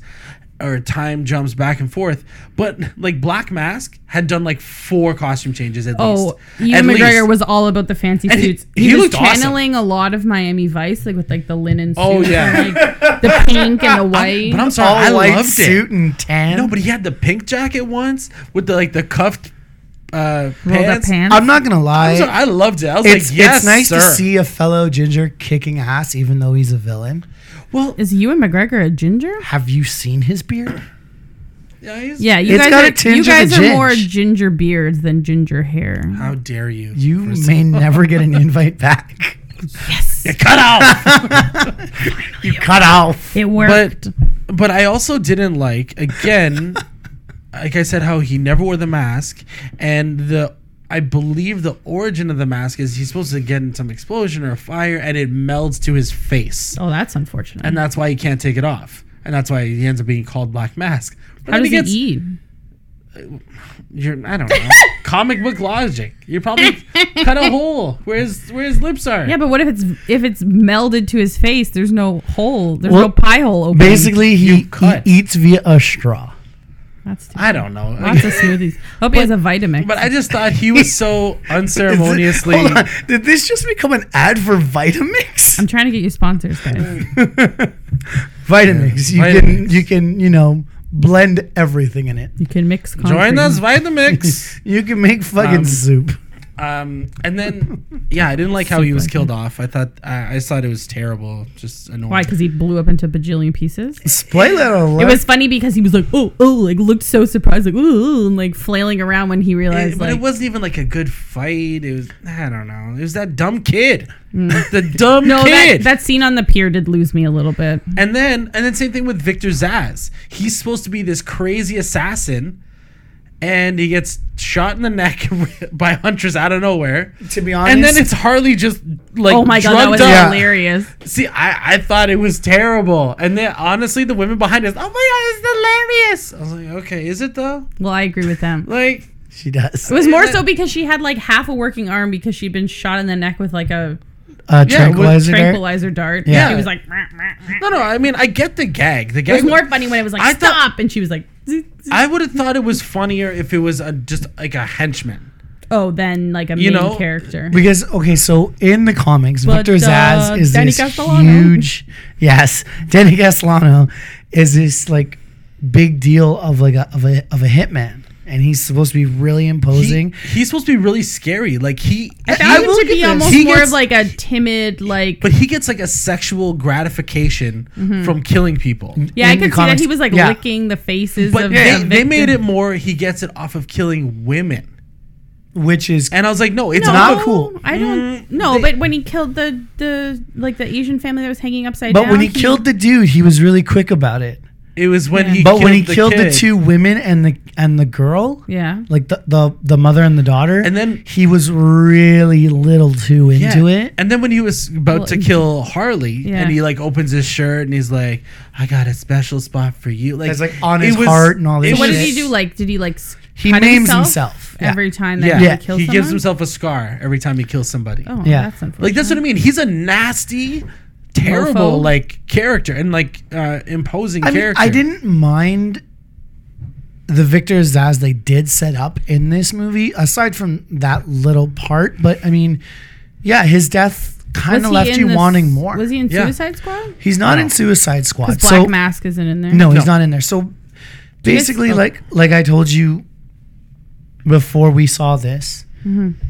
or time jumps back and forth. But like Black Mask had done like four costume changes at least.
Oh, Ewan
At
McGregor
least.
was all about the fancy
And he-
suits. He,
he
was
looked awesome.
channeling a lot of Miami Vice, like with like the linen suit,
Oh, yeah.
and, like, the pink and the white.
But I'm
All
sorry, I
white
loved
suit
it.
and tan.
No, but he had the pink jacket once with the like the cuffed uh,
Rolled up
pants.
pants.
I'm not gonna
I'm
lie.
sorry, I loved it. I was
it's
like, yes,
it's nice
sir.
to see a fellow ginger kicking ass, even though he's a villain.
Well,
Is Ewan McGregor a ginger?
Have you seen his beard?
yeah, he's-
Yeah, you
It's
guys
got
are
a tinge
you
of
guys
a
are more
ginge.
ginger beards than ginger hair.
How dare you?
You
First of
may never get an invite back.
Yes,
all- cut off.
You cut off.
it worked.
But but I also didn't like again, like I said, how he never wore the mask, and the I believe the origin of the mask is he's supposed to get in some explosion or a fire, and it melds to his face,
oh, that's unfortunate.
and that's why he can't take it off, and that's why he ends up being called Black Mask. But
How
then
does he
gets-
eat?
You're, I don't know. comic book logic. You're probably cut a hole where his where his lips are.
Yeah, but what if it's if it's melded to his face? There's no hole. There's
Well,
no pie hole open.
Basically,
You
he, he
cut.
eats via a straw.
that's too-
I don't know.
lots of smoothies. Hope he has a Vitamix.
But I just thought he was so unceremoniously.
Hold on. Did this just become an ad for Vitamix?
I'm trying to get you sponsors, guys.
Vitamix. You
Vitamix.
can you can you know blend everything in it.
You can mix. Concrete.
Join us via the mix.
You can make fucking
Um,
soup.
Um, and then, yeah, I didn't like how he was killed off. I thought I, I just thought it was terrible, just annoying.
Why? Because he blew up into bajillion pieces.
Play that on.
It was funny because he was like, oh, oh, like looked so surprised, like, ooh, and like flailing around when he realized.
It- but
like,
it wasn't even like a good fight. It was I don't know. It was that dumb kid, the dumb
Mm. no, that,
kid.
that scene on the pier did lose me a little bit.
and then and then same thing with Victor Zaz. He's supposed to be this crazy assassin, and he gets shot in the neck by hunters out of nowhere.
to be honest.
And then it's Harley just like
oh my god, that
drugged
was
up.
Yeah.
hilarious.
See, I, I thought it was terrible. And then honestly, the women behind us, oh my god, it's hilarious. I was like, okay, is it though?
Well, I agree with them.
Like,
she does. Uh,
It was more so because she had like half a working arm because she'd been shot in the neck with like a
uh,
yeah,
tranquilizer. dart.
tranquilizer dart.
Yeah.
Yeah. She was like, "Meh, meh, meh."
no, no, I mean, I get the gag. The
it
gag
was more funny when it was like,
I
stop.
thought-
and she was like, "Zzz, zzz."
I would have thought it was funnier if it was a, just like a henchman.
oh, then like a
You
main
know,
character.
Because okay, so in the comics,
But,
Victor Zaz
uh,
is
Danny
this
Castellano.
huge. Yes, Danny Castellano is this like big deal of like a of a of a hitman. and he's supposed to be really imposing.
He- he's supposed to be really scary. Like he,
I
I
found him
look
to
at
be
this.
almost
He
more
gets-
of like a timid, like
but he gets like a sexual gratification
Mm-hmm.
from killing people.
yeah. I
in the
could see that
comics-
he was like
yeah.
licking the faces
But
of
they,
the
they made it
victim.
more. He gets it off of killing women,
which is
and I was like, no, it's
No,
not.
not cool.
I
Mm,
don't. No,
they-
but when he killed the the like the Asian family that was hanging upside down.
But when he, killed the dude, he was really quick about it.
It was when he.
But when he
the
killed
kid.
the two women and the and the girl,
yeah,
like the, the the mother and the daughter,
And then-
he was really little too
Yeah.
into it.
And then when he was about
Well,
to
he-
kill Harley,
Yeah.
and he like opens his shirt and he's like, "I got a special spot for you." Like
It's, like, on
it
his heart and all
it
this
So what did
shit.
he do? Like, did he like s-
He
cut
names himself. Yeah.
every time that
Yeah,
he
yeah.
kills
he
someone?
gives himself a scar every time he kills somebody.
Oh,
Yeah.
that's unfortunate.
Like that's what I mean. He's a nasty, terrible
Mofo.
like character and like uh, imposing
I mean,
character.
I didn't mind the victors as they did set up in this movie, aside from that little part. But I mean, yeah, his death
Was
kind of
he
left
in
you
this-
wanting more.
Was he in
Yeah.
Suicide Squad?
He's not
No.
in Suicide Squad.
Because
So
Black Mask isn't in there.
No, he's
No.
not in there. So basically,
okay.
like like I told you before we saw this,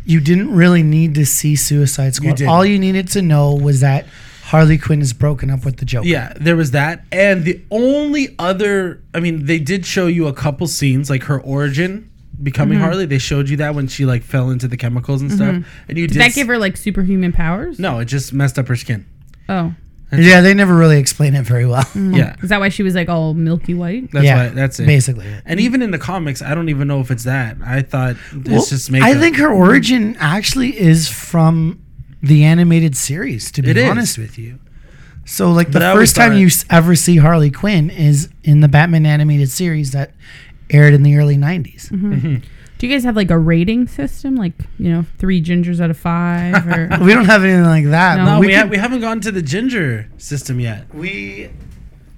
you didn't really need to see Suicide Squad.
didn't.
All you needed to know was that Harley Quinn is broken up with the Joker.
Yeah, there was that. And the only other, I mean, they did show you a couple scenes, like her origin becoming
Mm-hmm.
Harley. They showed you that when she like fell into the chemicals and stuff. And you did,
Did that
s-
give her like superhuman powers?
No, it just messed up her skin.
Oh,
yeah, they never really explain it very well.
Yeah,
is that why she was like all milky white?
that's
Mm. yeah,
why. That's it.
Basically, it.
And even in the comics, I don't even know if it's that. I thought it's
Well,
just makeup.
I think her origin actually is from the animated series. To be
It is.
honest with you. So like the
But I always
first time
thought-
you s- ever see Harley Quinn is in the Batman animated series that aired in the early 90s.
Do you guys have like a rating system? Like you know, three gingers out of five, or
We don't have anything like that.
No.
No, Oh, we,
we,
ha-
could-
we haven't gone to the ginger system yet.
we-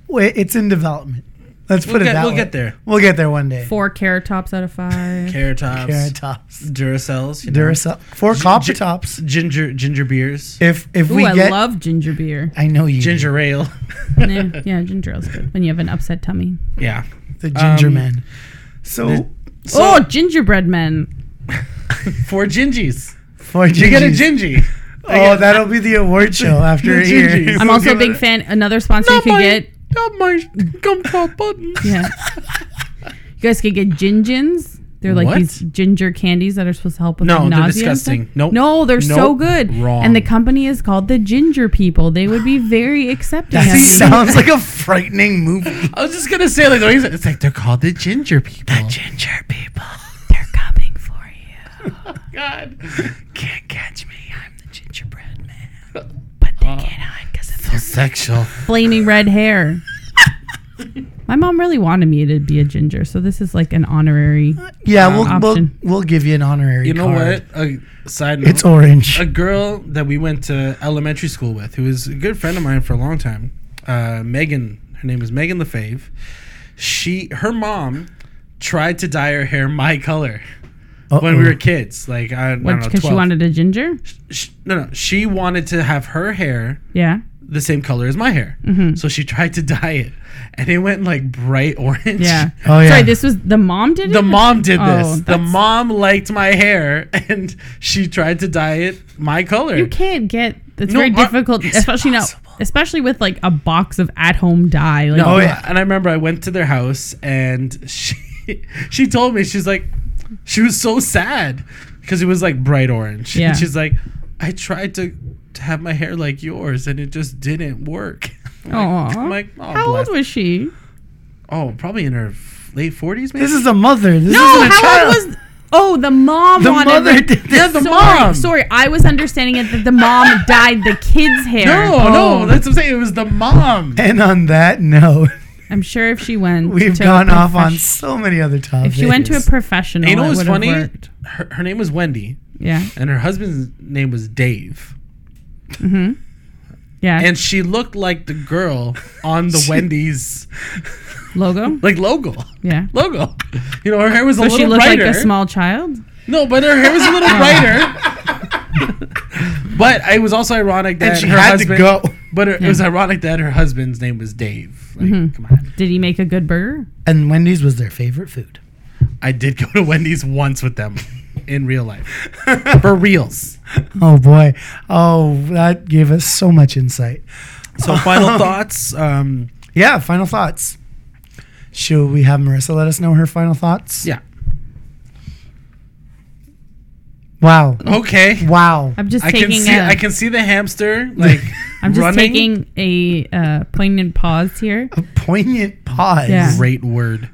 wait, it's in development. Let's put
We'll
it
get-
that
we'll
way.
get there.
We'll get there one day.
four carrot tops out of five?
Carrot tops,
Carrot tops,
Duracells, you know,
Duracell, four copper tops.
ginger ginger beers,
If if
Ooh,
we
I
get,
love ginger beer.
I know you,
ginger ale.
yeah, yeah, ginger ale's good when you have an upset tummy.
yeah.
the ginger
um,
man. So
the-
oh, gingerbread men.
Four gingies.
for
You get a
gingers-
gingy.
Oh, that'll be the award show after
The
here.
gingers.
I'm also a
give it
big
a-
fan. Another sponsor you could get.
not my gumdrop button.
Yeah, you guys could get gingins. They're like
What?
these ginger candies that are supposed to help with
No,
like,
they're
nausea. and
disgusting.
stuff.
Nope.
No, they're so
Nope.
good.
Wrong.
And the company is called the Ginger People. They would be very accepting.
That
of you.
sounds like a frightening movie.
I was just gonna say like the reason it's like they're called the ginger people.
Ginger people
They're coming for you,
God.
can't catch me. I'm the gingerbread man.
but they
Oh.
can't hide because of their
Sexual.
flaming red hair. My mom really wanted me to be a ginger, so this is like an honorary.
Yeah,
Uh,
we'll, we'll
option.
we'll give you an honorary.
You know
card.
what? A side note.
It's orange.
a girl that we went to elementary school with, who is a good friend of mine for a long time, uh, Megan. Her name is Megan Lefave. She, her mom, tried to dye her hair my color when we
Uh-oh.
were kids. Like I, I don't know,
Because
twelve.
she wanted a ginger?
Sh- no, no, she wanted to have her hair
Yeah.
the same color as my hair.
Mm-hmm.
So she tried to dye it, and it went like bright orange.
Yeah.
Oh, yeah.
Sorry, this was the mom did it?
The mom did
Oh,
this. the
that's-
mom liked my hair, and she tried to dye it my color.
You can't get. It's
No,
very
I-
difficult,
it's
especially now,
impossible.
especially with like a box of at home dye. Like,
No,
Oh, yeah.
And I remember I went to their house and she she told me she's like she was so sad because it was like bright orange.
Yeah.
And she's like, I tried to, to have my hair like yours and it just didn't work.
Aw.
I'm like, oh,
How
bless.
old was she?
oh, probably in her late forties, maybe.
This is a mother. This
No,
isn't a
how
child.
old was? Oh, the mom.
The
wanted
mother
red-
did this. Yeah, the
sorry,
mom.
Sorry, I was understanding it that the mom dyed the kid's hair.
no,
Oh.
no, that's what I'm saying. It was the mom.
and on that note,
I'm sure if she went,
we've
to a
gone off on
profes-
so many other topics.
If she went to a professional,
You know
oh, it
what's
would have
funny?
worked.
Her, her name was Wendy
Yeah.
and her husband's name was Dave.
mm-hmm. Yeah.
And she looked like the girl on the Wendy's
logo.
like logo.
Yeah.
Logo. You know, her hair was a
So
little
she looked
brighter.
like a small child.
No, but her hair was a little brighter. but it was also ironic that
and she
her
had
husband.
to go.
But her, it was ironic that her husband's
Mm-hmm.
name was Dave. Like, Come on.
Did he make a good burger?
And Wendy's was their favorite food.
I did go to Wendy's once with them in real life for reals.
Oh boy. Oh, that gave us so much insight.
So final thoughts. Um,
Yeah, final thoughts. Should we have Marissa let us know her final thoughts?
yeah.
Wow.
Okay.
Wow.
I'm just
I can
taking
see.
a,
I can see the hamster like
I'm just
running.
taking a uh, poignant pause here
A poignant pause.
Yeah.
Great word.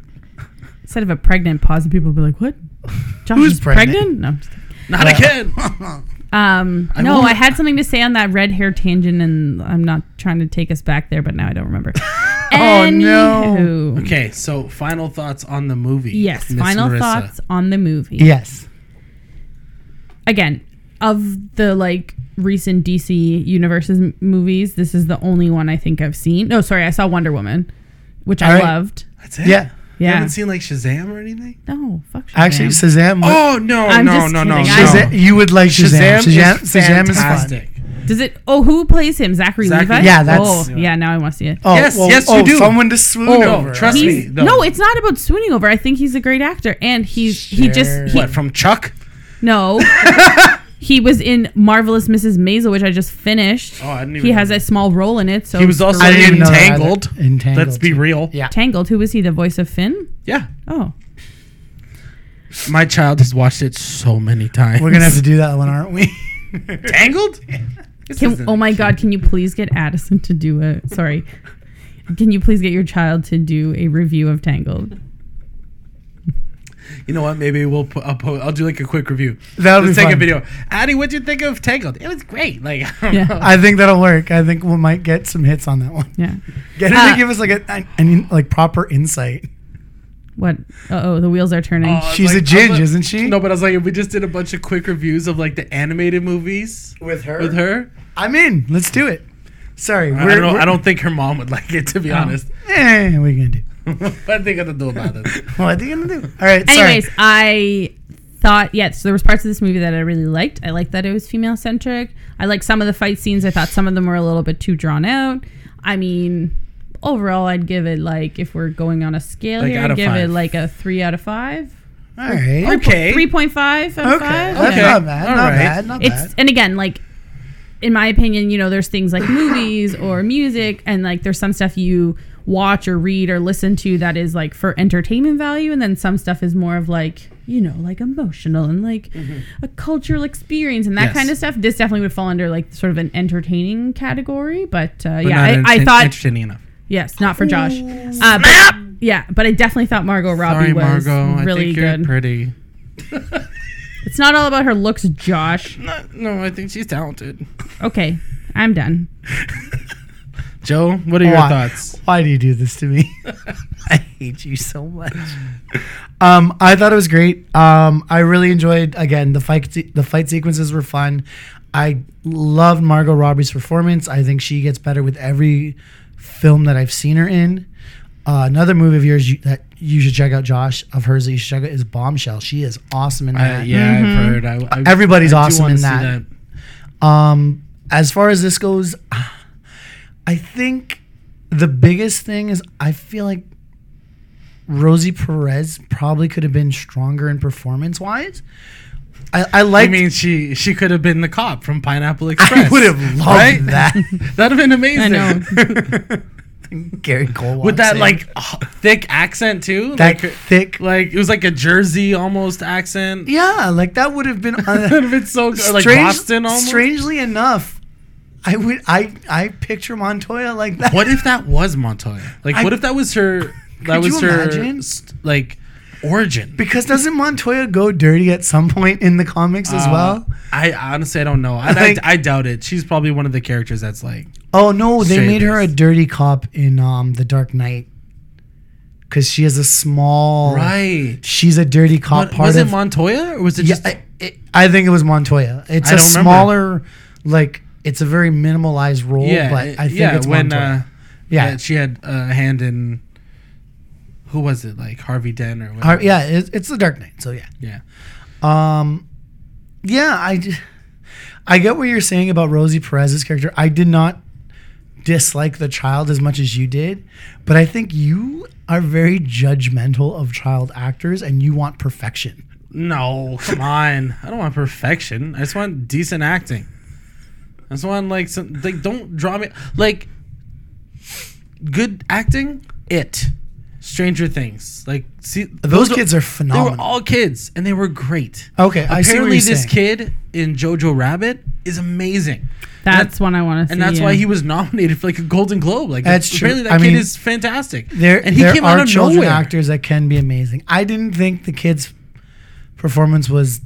instead of a pregnant pause, and people will be like, "What? Josh
Who's
is
pregnant?
pregnant?" No, I'm just kidding.
Not
Yeah.
again.
um,
I
no,
will-
I had something to say on that red hair tangent, and I'm not trying to take us back there, but now I don't remember.
Oh, no.
Anywho.
okay. So final thoughts on the movie.
Yes,
Miss
final
Marissa.
thoughts on the movie.
Yes.
Again, of the like recent DC universes m- movies, this is the only one I think I've seen. No, sorry, I saw Wonder Woman, which I
All right.
loved.
That's it.
Yeah.
You
Yeah.
haven't seen like Shazam or anything.
No, fuck. Shazam.
Actually, Shazam. would-
Oh no
I'm
no
just
no no.
kidding. I-
no.
Shazam you would like Shazam. Shazam, Shazam is, fun.
fantastic.
Does it? Oh, who plays him? Zachary,
Zachary-
Levi.
Yeah, that's-
Oh, yeah. Now I want to see it.
Oh,
Yes, yes, you
oh,
do.
Someone to swoon
Oh, no,
over.
trust me.
He's,
though.
no, it's not about swooning over. I think he's a great actor, and he's he
Sure.
just he,
What from Chuck?
no. he was in Marvelous Mrs. Maisel, which I just finished.
Oh, I didn't even
He
know
has
that.
a small role in it. So
He was also
I didn't even know that either.
entangled.
Entangled,
Let's be
too.
real.
Yeah.
Tangled. Who was he? The voice of Finn.
Yeah.
Oh,
My child has watched it so many times.
We're gonna have to do that one, aren't we?
tangled. This
can,
isn't-
oh my God! Can you please get Addison to do a sorry? Can you please get your child to do a review of Tangled?
You know what? Maybe we'll put. I'll, po- I'll do like a quick review.
That'll
Let's
be
take a
fun.
video. Addy, what'd you think of Tangled? It was great. Like, I don't
Yeah.
know.
I think that'll work. I think we might get some hits on that one.
Yeah.
Get her
Uh,
to give us like a, an, an- like proper insight.
What? Uh oh, the wheels are turning.
I was
She's a
I was
ginge, isn't she?
No, but I was like, if we just did a bunch of quick reviews of like the animated movies
With her,
with her,
I'm in. Let's do it. Sorry,
I don't, know, I don't think her mom would like it to
Oh.
be honest.
Eh, what are you gonna do?
what are they gonna do about it?
What are you gonna do? All right.
Anyways,
sorry.
I thought yes, there was parts of this movie that I really liked. I liked that it was female centric. I liked some of the fight scenes. I thought some of them were a little bit too drawn out. I mean, overall, I'd give it like if we're going on a scale
Like,
here,
out
I'd
of
give
five.
it like a three out of five.
All right. Okay.
Okay.
three point five out of
Okay.
five.
That's
Okay.
Not bad.
All
not
right.
bad. Not bad.
it's and again like in my opinion you know there's things like movies or music and like there's some stuff you watch or read or listen to that is like for entertainment value and then some stuff is more of like you know like emotional and like a cultural experience and that
Mm-hmm. Yes.
kind of stuff this definitely would fall under like sort of an entertaining category but uh,
But
yeah
not
I,
ent-
I thought
entertaining enough.
yes not for josh uh, but, yeah but i definitely thought margot
Sorry,
robbie was
Margot. I
really
think you're
good
pretty.
it's not all about her looks josh
No, no, I think she's talented.
okay i'm done
Joe, what are your
Why?
thoughts?
Why do you do this to me? I hate you so much. Um, I thought it was great. Um, I really enjoyed again the fight. se- The fight sequences were fun. I loved Margot Robbie's performance. I think she gets better with every film that I've seen her in. Uh, another movie of yours you, that you should check out, Josh, of hers that you should check out is Bombshell. She is awesome in
I,
that.
yeah, I've heard. I, I-
Uh, mm-hmm. Everybody's
I do
awesome
wanna
in
see
that. Um, as far as this goes, I think the biggest thing is I feel like Rosie Perez probably could have been stronger in performance wise. I, I
I
like.
mean, she she could have been the cop from Pineapple
I
Express.
would have loved
right?
that.
That'd have been amazing.
I know.
Gary Cole
With
walks
that
in.
like h- thick accent too.
that
like, uh,
thick.
like it was like a Jersey almost accent.
yeah, like that would have been.
That'd
Uh,
have been so good. Like
strange-
Boston almost.
Strangely enough, I would. I I picture Montoya like that.
What if that was Montoya? Like,
I-
what if that was her? That
Could
was
you
her
imagine?
st- like origin
Because doesn't Montoya go dirty at some point in the comics as
Uh,
well?
I honestly I don't know. I,
Like-
I, I doubt it. She's probably one of the characters that's like
Oh no, they
Say
made her a
this.
dirty cop in um The Dark Knight. Cause she has a small
right.
She's a dirty cop
But
part
was
of
it Montoya or was it
yeah,
just?
I, it, I think it was Montoya. It's
I
a
don't remember.
smaller like it's a very minimalized role, oh, but
it-
I think
yeah,
it's
when
Montoya.
uh,
yeah.
that she had a hand in. Who was it? Like Harvey Dent or whatever.
Har- yeah, it, it's the Dark Knight, so yeah.
yeah.
Um, yeah, I, j- I get what you're saying about Rosie Perez's character. I did not dislike the child as much as you did, but I think you are very judgmental of child actors and you want perfection.
No, come on. I don't want perfection. I just want decent acting. I just want like some like don't draw me like good acting. It, Stranger Things, like see
Those, kids
They
are
were
phenomenal.
all kids and they were great.
okay, I see what
Apparently,
you're
this
saying.
kid in Jojo Rabbit is amazing.
That's one I want to see.
And that's why
yeah.
he was nominated for like a Golden Globe. Like
That's true.
apparently that
I
kid
mean,
is fantastic.
There,
and he
there
came
are
out of
children
nowhere.
actors that can be amazing. I didn't think the kid's performance was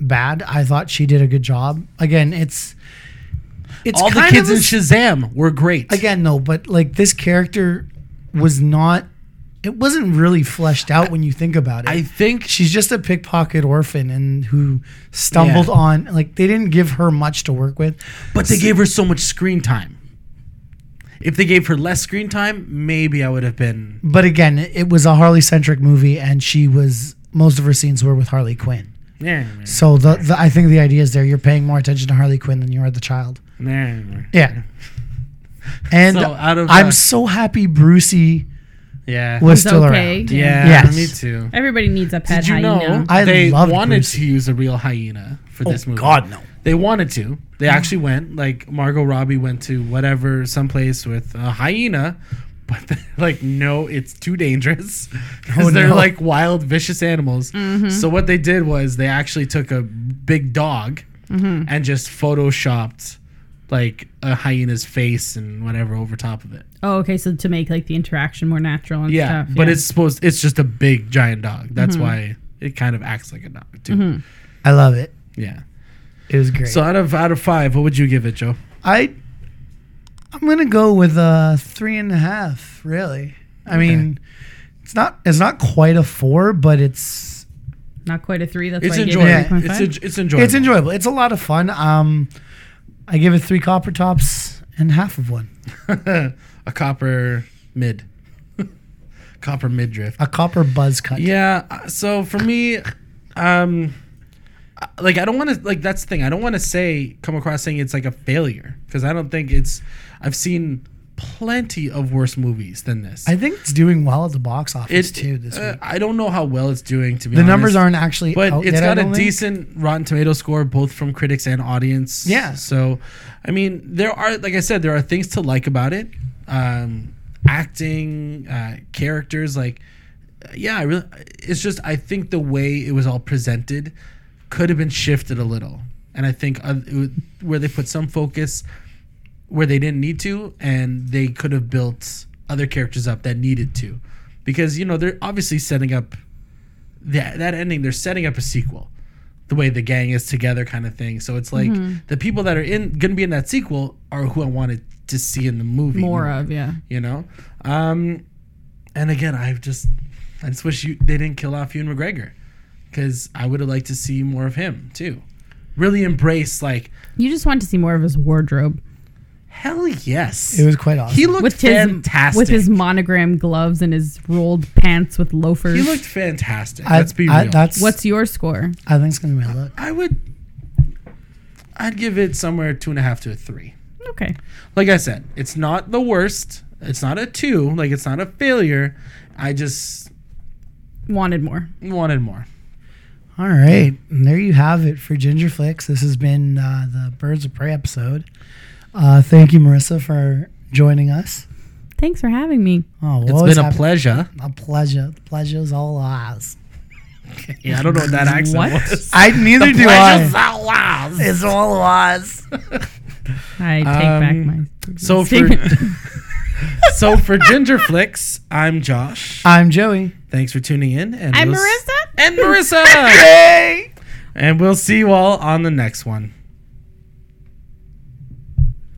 bad. I thought she did a good job. Again, it's it's
All the
kind
kids
of
in
a
Shazam were great.
again no but like this character was not it wasn't really fleshed out when you think about it
I think
she's just a pickpocket orphan and who stumbled
Yeah.
on like they didn't give her much to work with
But they gave her so much screen time. If they gave her less screen time, maybe I would have been.
but again it, it was a harley centric movie and she was most of her scenes were with harley quinn
Yeah,
so the, the i think the idea is there you're paying more attention to harley quinn than you are the child yeah and
So, out of, uh,
i'm so happy brucey
yeah,
was
It's
still
okay.
around
yeah.
Yes.
Me too.
Everybody needs a pet
Did you
hyena.
know
I
they
loved
wanted
Brucey.
to use a real hyena for this movie?
Oh, God, no.
They wanted to. They actually went. Like Margot Robbie went to whatever someplace with a hyena, but they're like, no, it's too dangerous because
Oh,
they're
no.
like wild, vicious animals. So what they did was they actually took a big dog and just photoshopped like a hyena's face and whatever over top of it.
Oh, okay. So to make like the interaction more natural and
Yeah,
stuff.
but it's supposed. It's just a big giant dog. That's why it kind of acts like a dog too.
i love it
Yeah.
it was great
So out of out of five, what would you give it, Joe?
I I'm gonna go with a three and a half. Really, I mean, it's not it's not quite a four, but it's
not quite a three. That's
It's
why I gave
enjoyable.
it
Yeah.
a
It's
3.5.
en- it's enjoyable.
it's enjoyable. It's a lot of fun. Um, I give it three copper tops and half of one.
a copper mid, copper mid drift.
A copper buzz cut.
Yeah. uh, So for me, um, I- like I don't want to like that's the thing. I don't want to say come across saying it's like a failure because I don't think it's. I've seen plenty of worse movies than this.
I think it's doing well at the box office
It-
too this
uh,
week.
I don't know how well it's doing. To be
The
honest.
numbers aren't actually,
but
out
it's
yet, I
got a
don't think.
decent Rotten Tomato score, both from critics and audience.
Yeah.
So, I mean, there are, like I said, there are things to like about it. Um, acting, uh, characters, like, yeah, I really. It's just I think the way it was all presented could have been shifted a little, and I think uh, it would- where they put some focus where they didn't need to, and they could have built other characters up that needed to, because you know they're obviously setting up that that ending. They're setting up a sequel, the way the gang is together, kind of thing. So it's like
Mm-hmm.
the people that are in going to be in that sequel are who I wanted to see in the movie
more of yeah.
you know. Um, and again, I've just, I just wish you they didn't kill off Ewan McGregor, because I would have liked to see more of him too. Really embrace like
You just want to see more of his wardrobe
hell yes,
It was quite awesome.
he looked
with his
fantastic.
with his monogram gloves and his rolled pants with loafers.
he looked fantastic.
I,
Let's be real.
I, that's
What's your score?
I think it's gonna be a look.
I would, I'd give it somewhere two and a half to a three.
Okay.
like I said, it's not the worst. It's not a two. Like it's not a failure. I just
Wanted more.
wanted more.
All right, and there you have it for Ginger Flicks. This has been uh, the Birds of Prey episode. Uh, thank you, Marissa, for joining us.
Thanks for having me.
Oh,
It's
always
been a
happy-
pleasure.
a pleasure. The pleasure's all ours.
Yeah, I don't know what that accent
What?
was.
I neither do
Pleasure's
I.
all ours.
It's all ours.
I take back my
Um, So for
statement.
so for Ginger Flicks, I'm Josh.
I'm Joey.
Thanks for tuning in, and
I'm
we'll s-
Marissa.
and Marissa,
Hey.
and we'll see you all on the next one.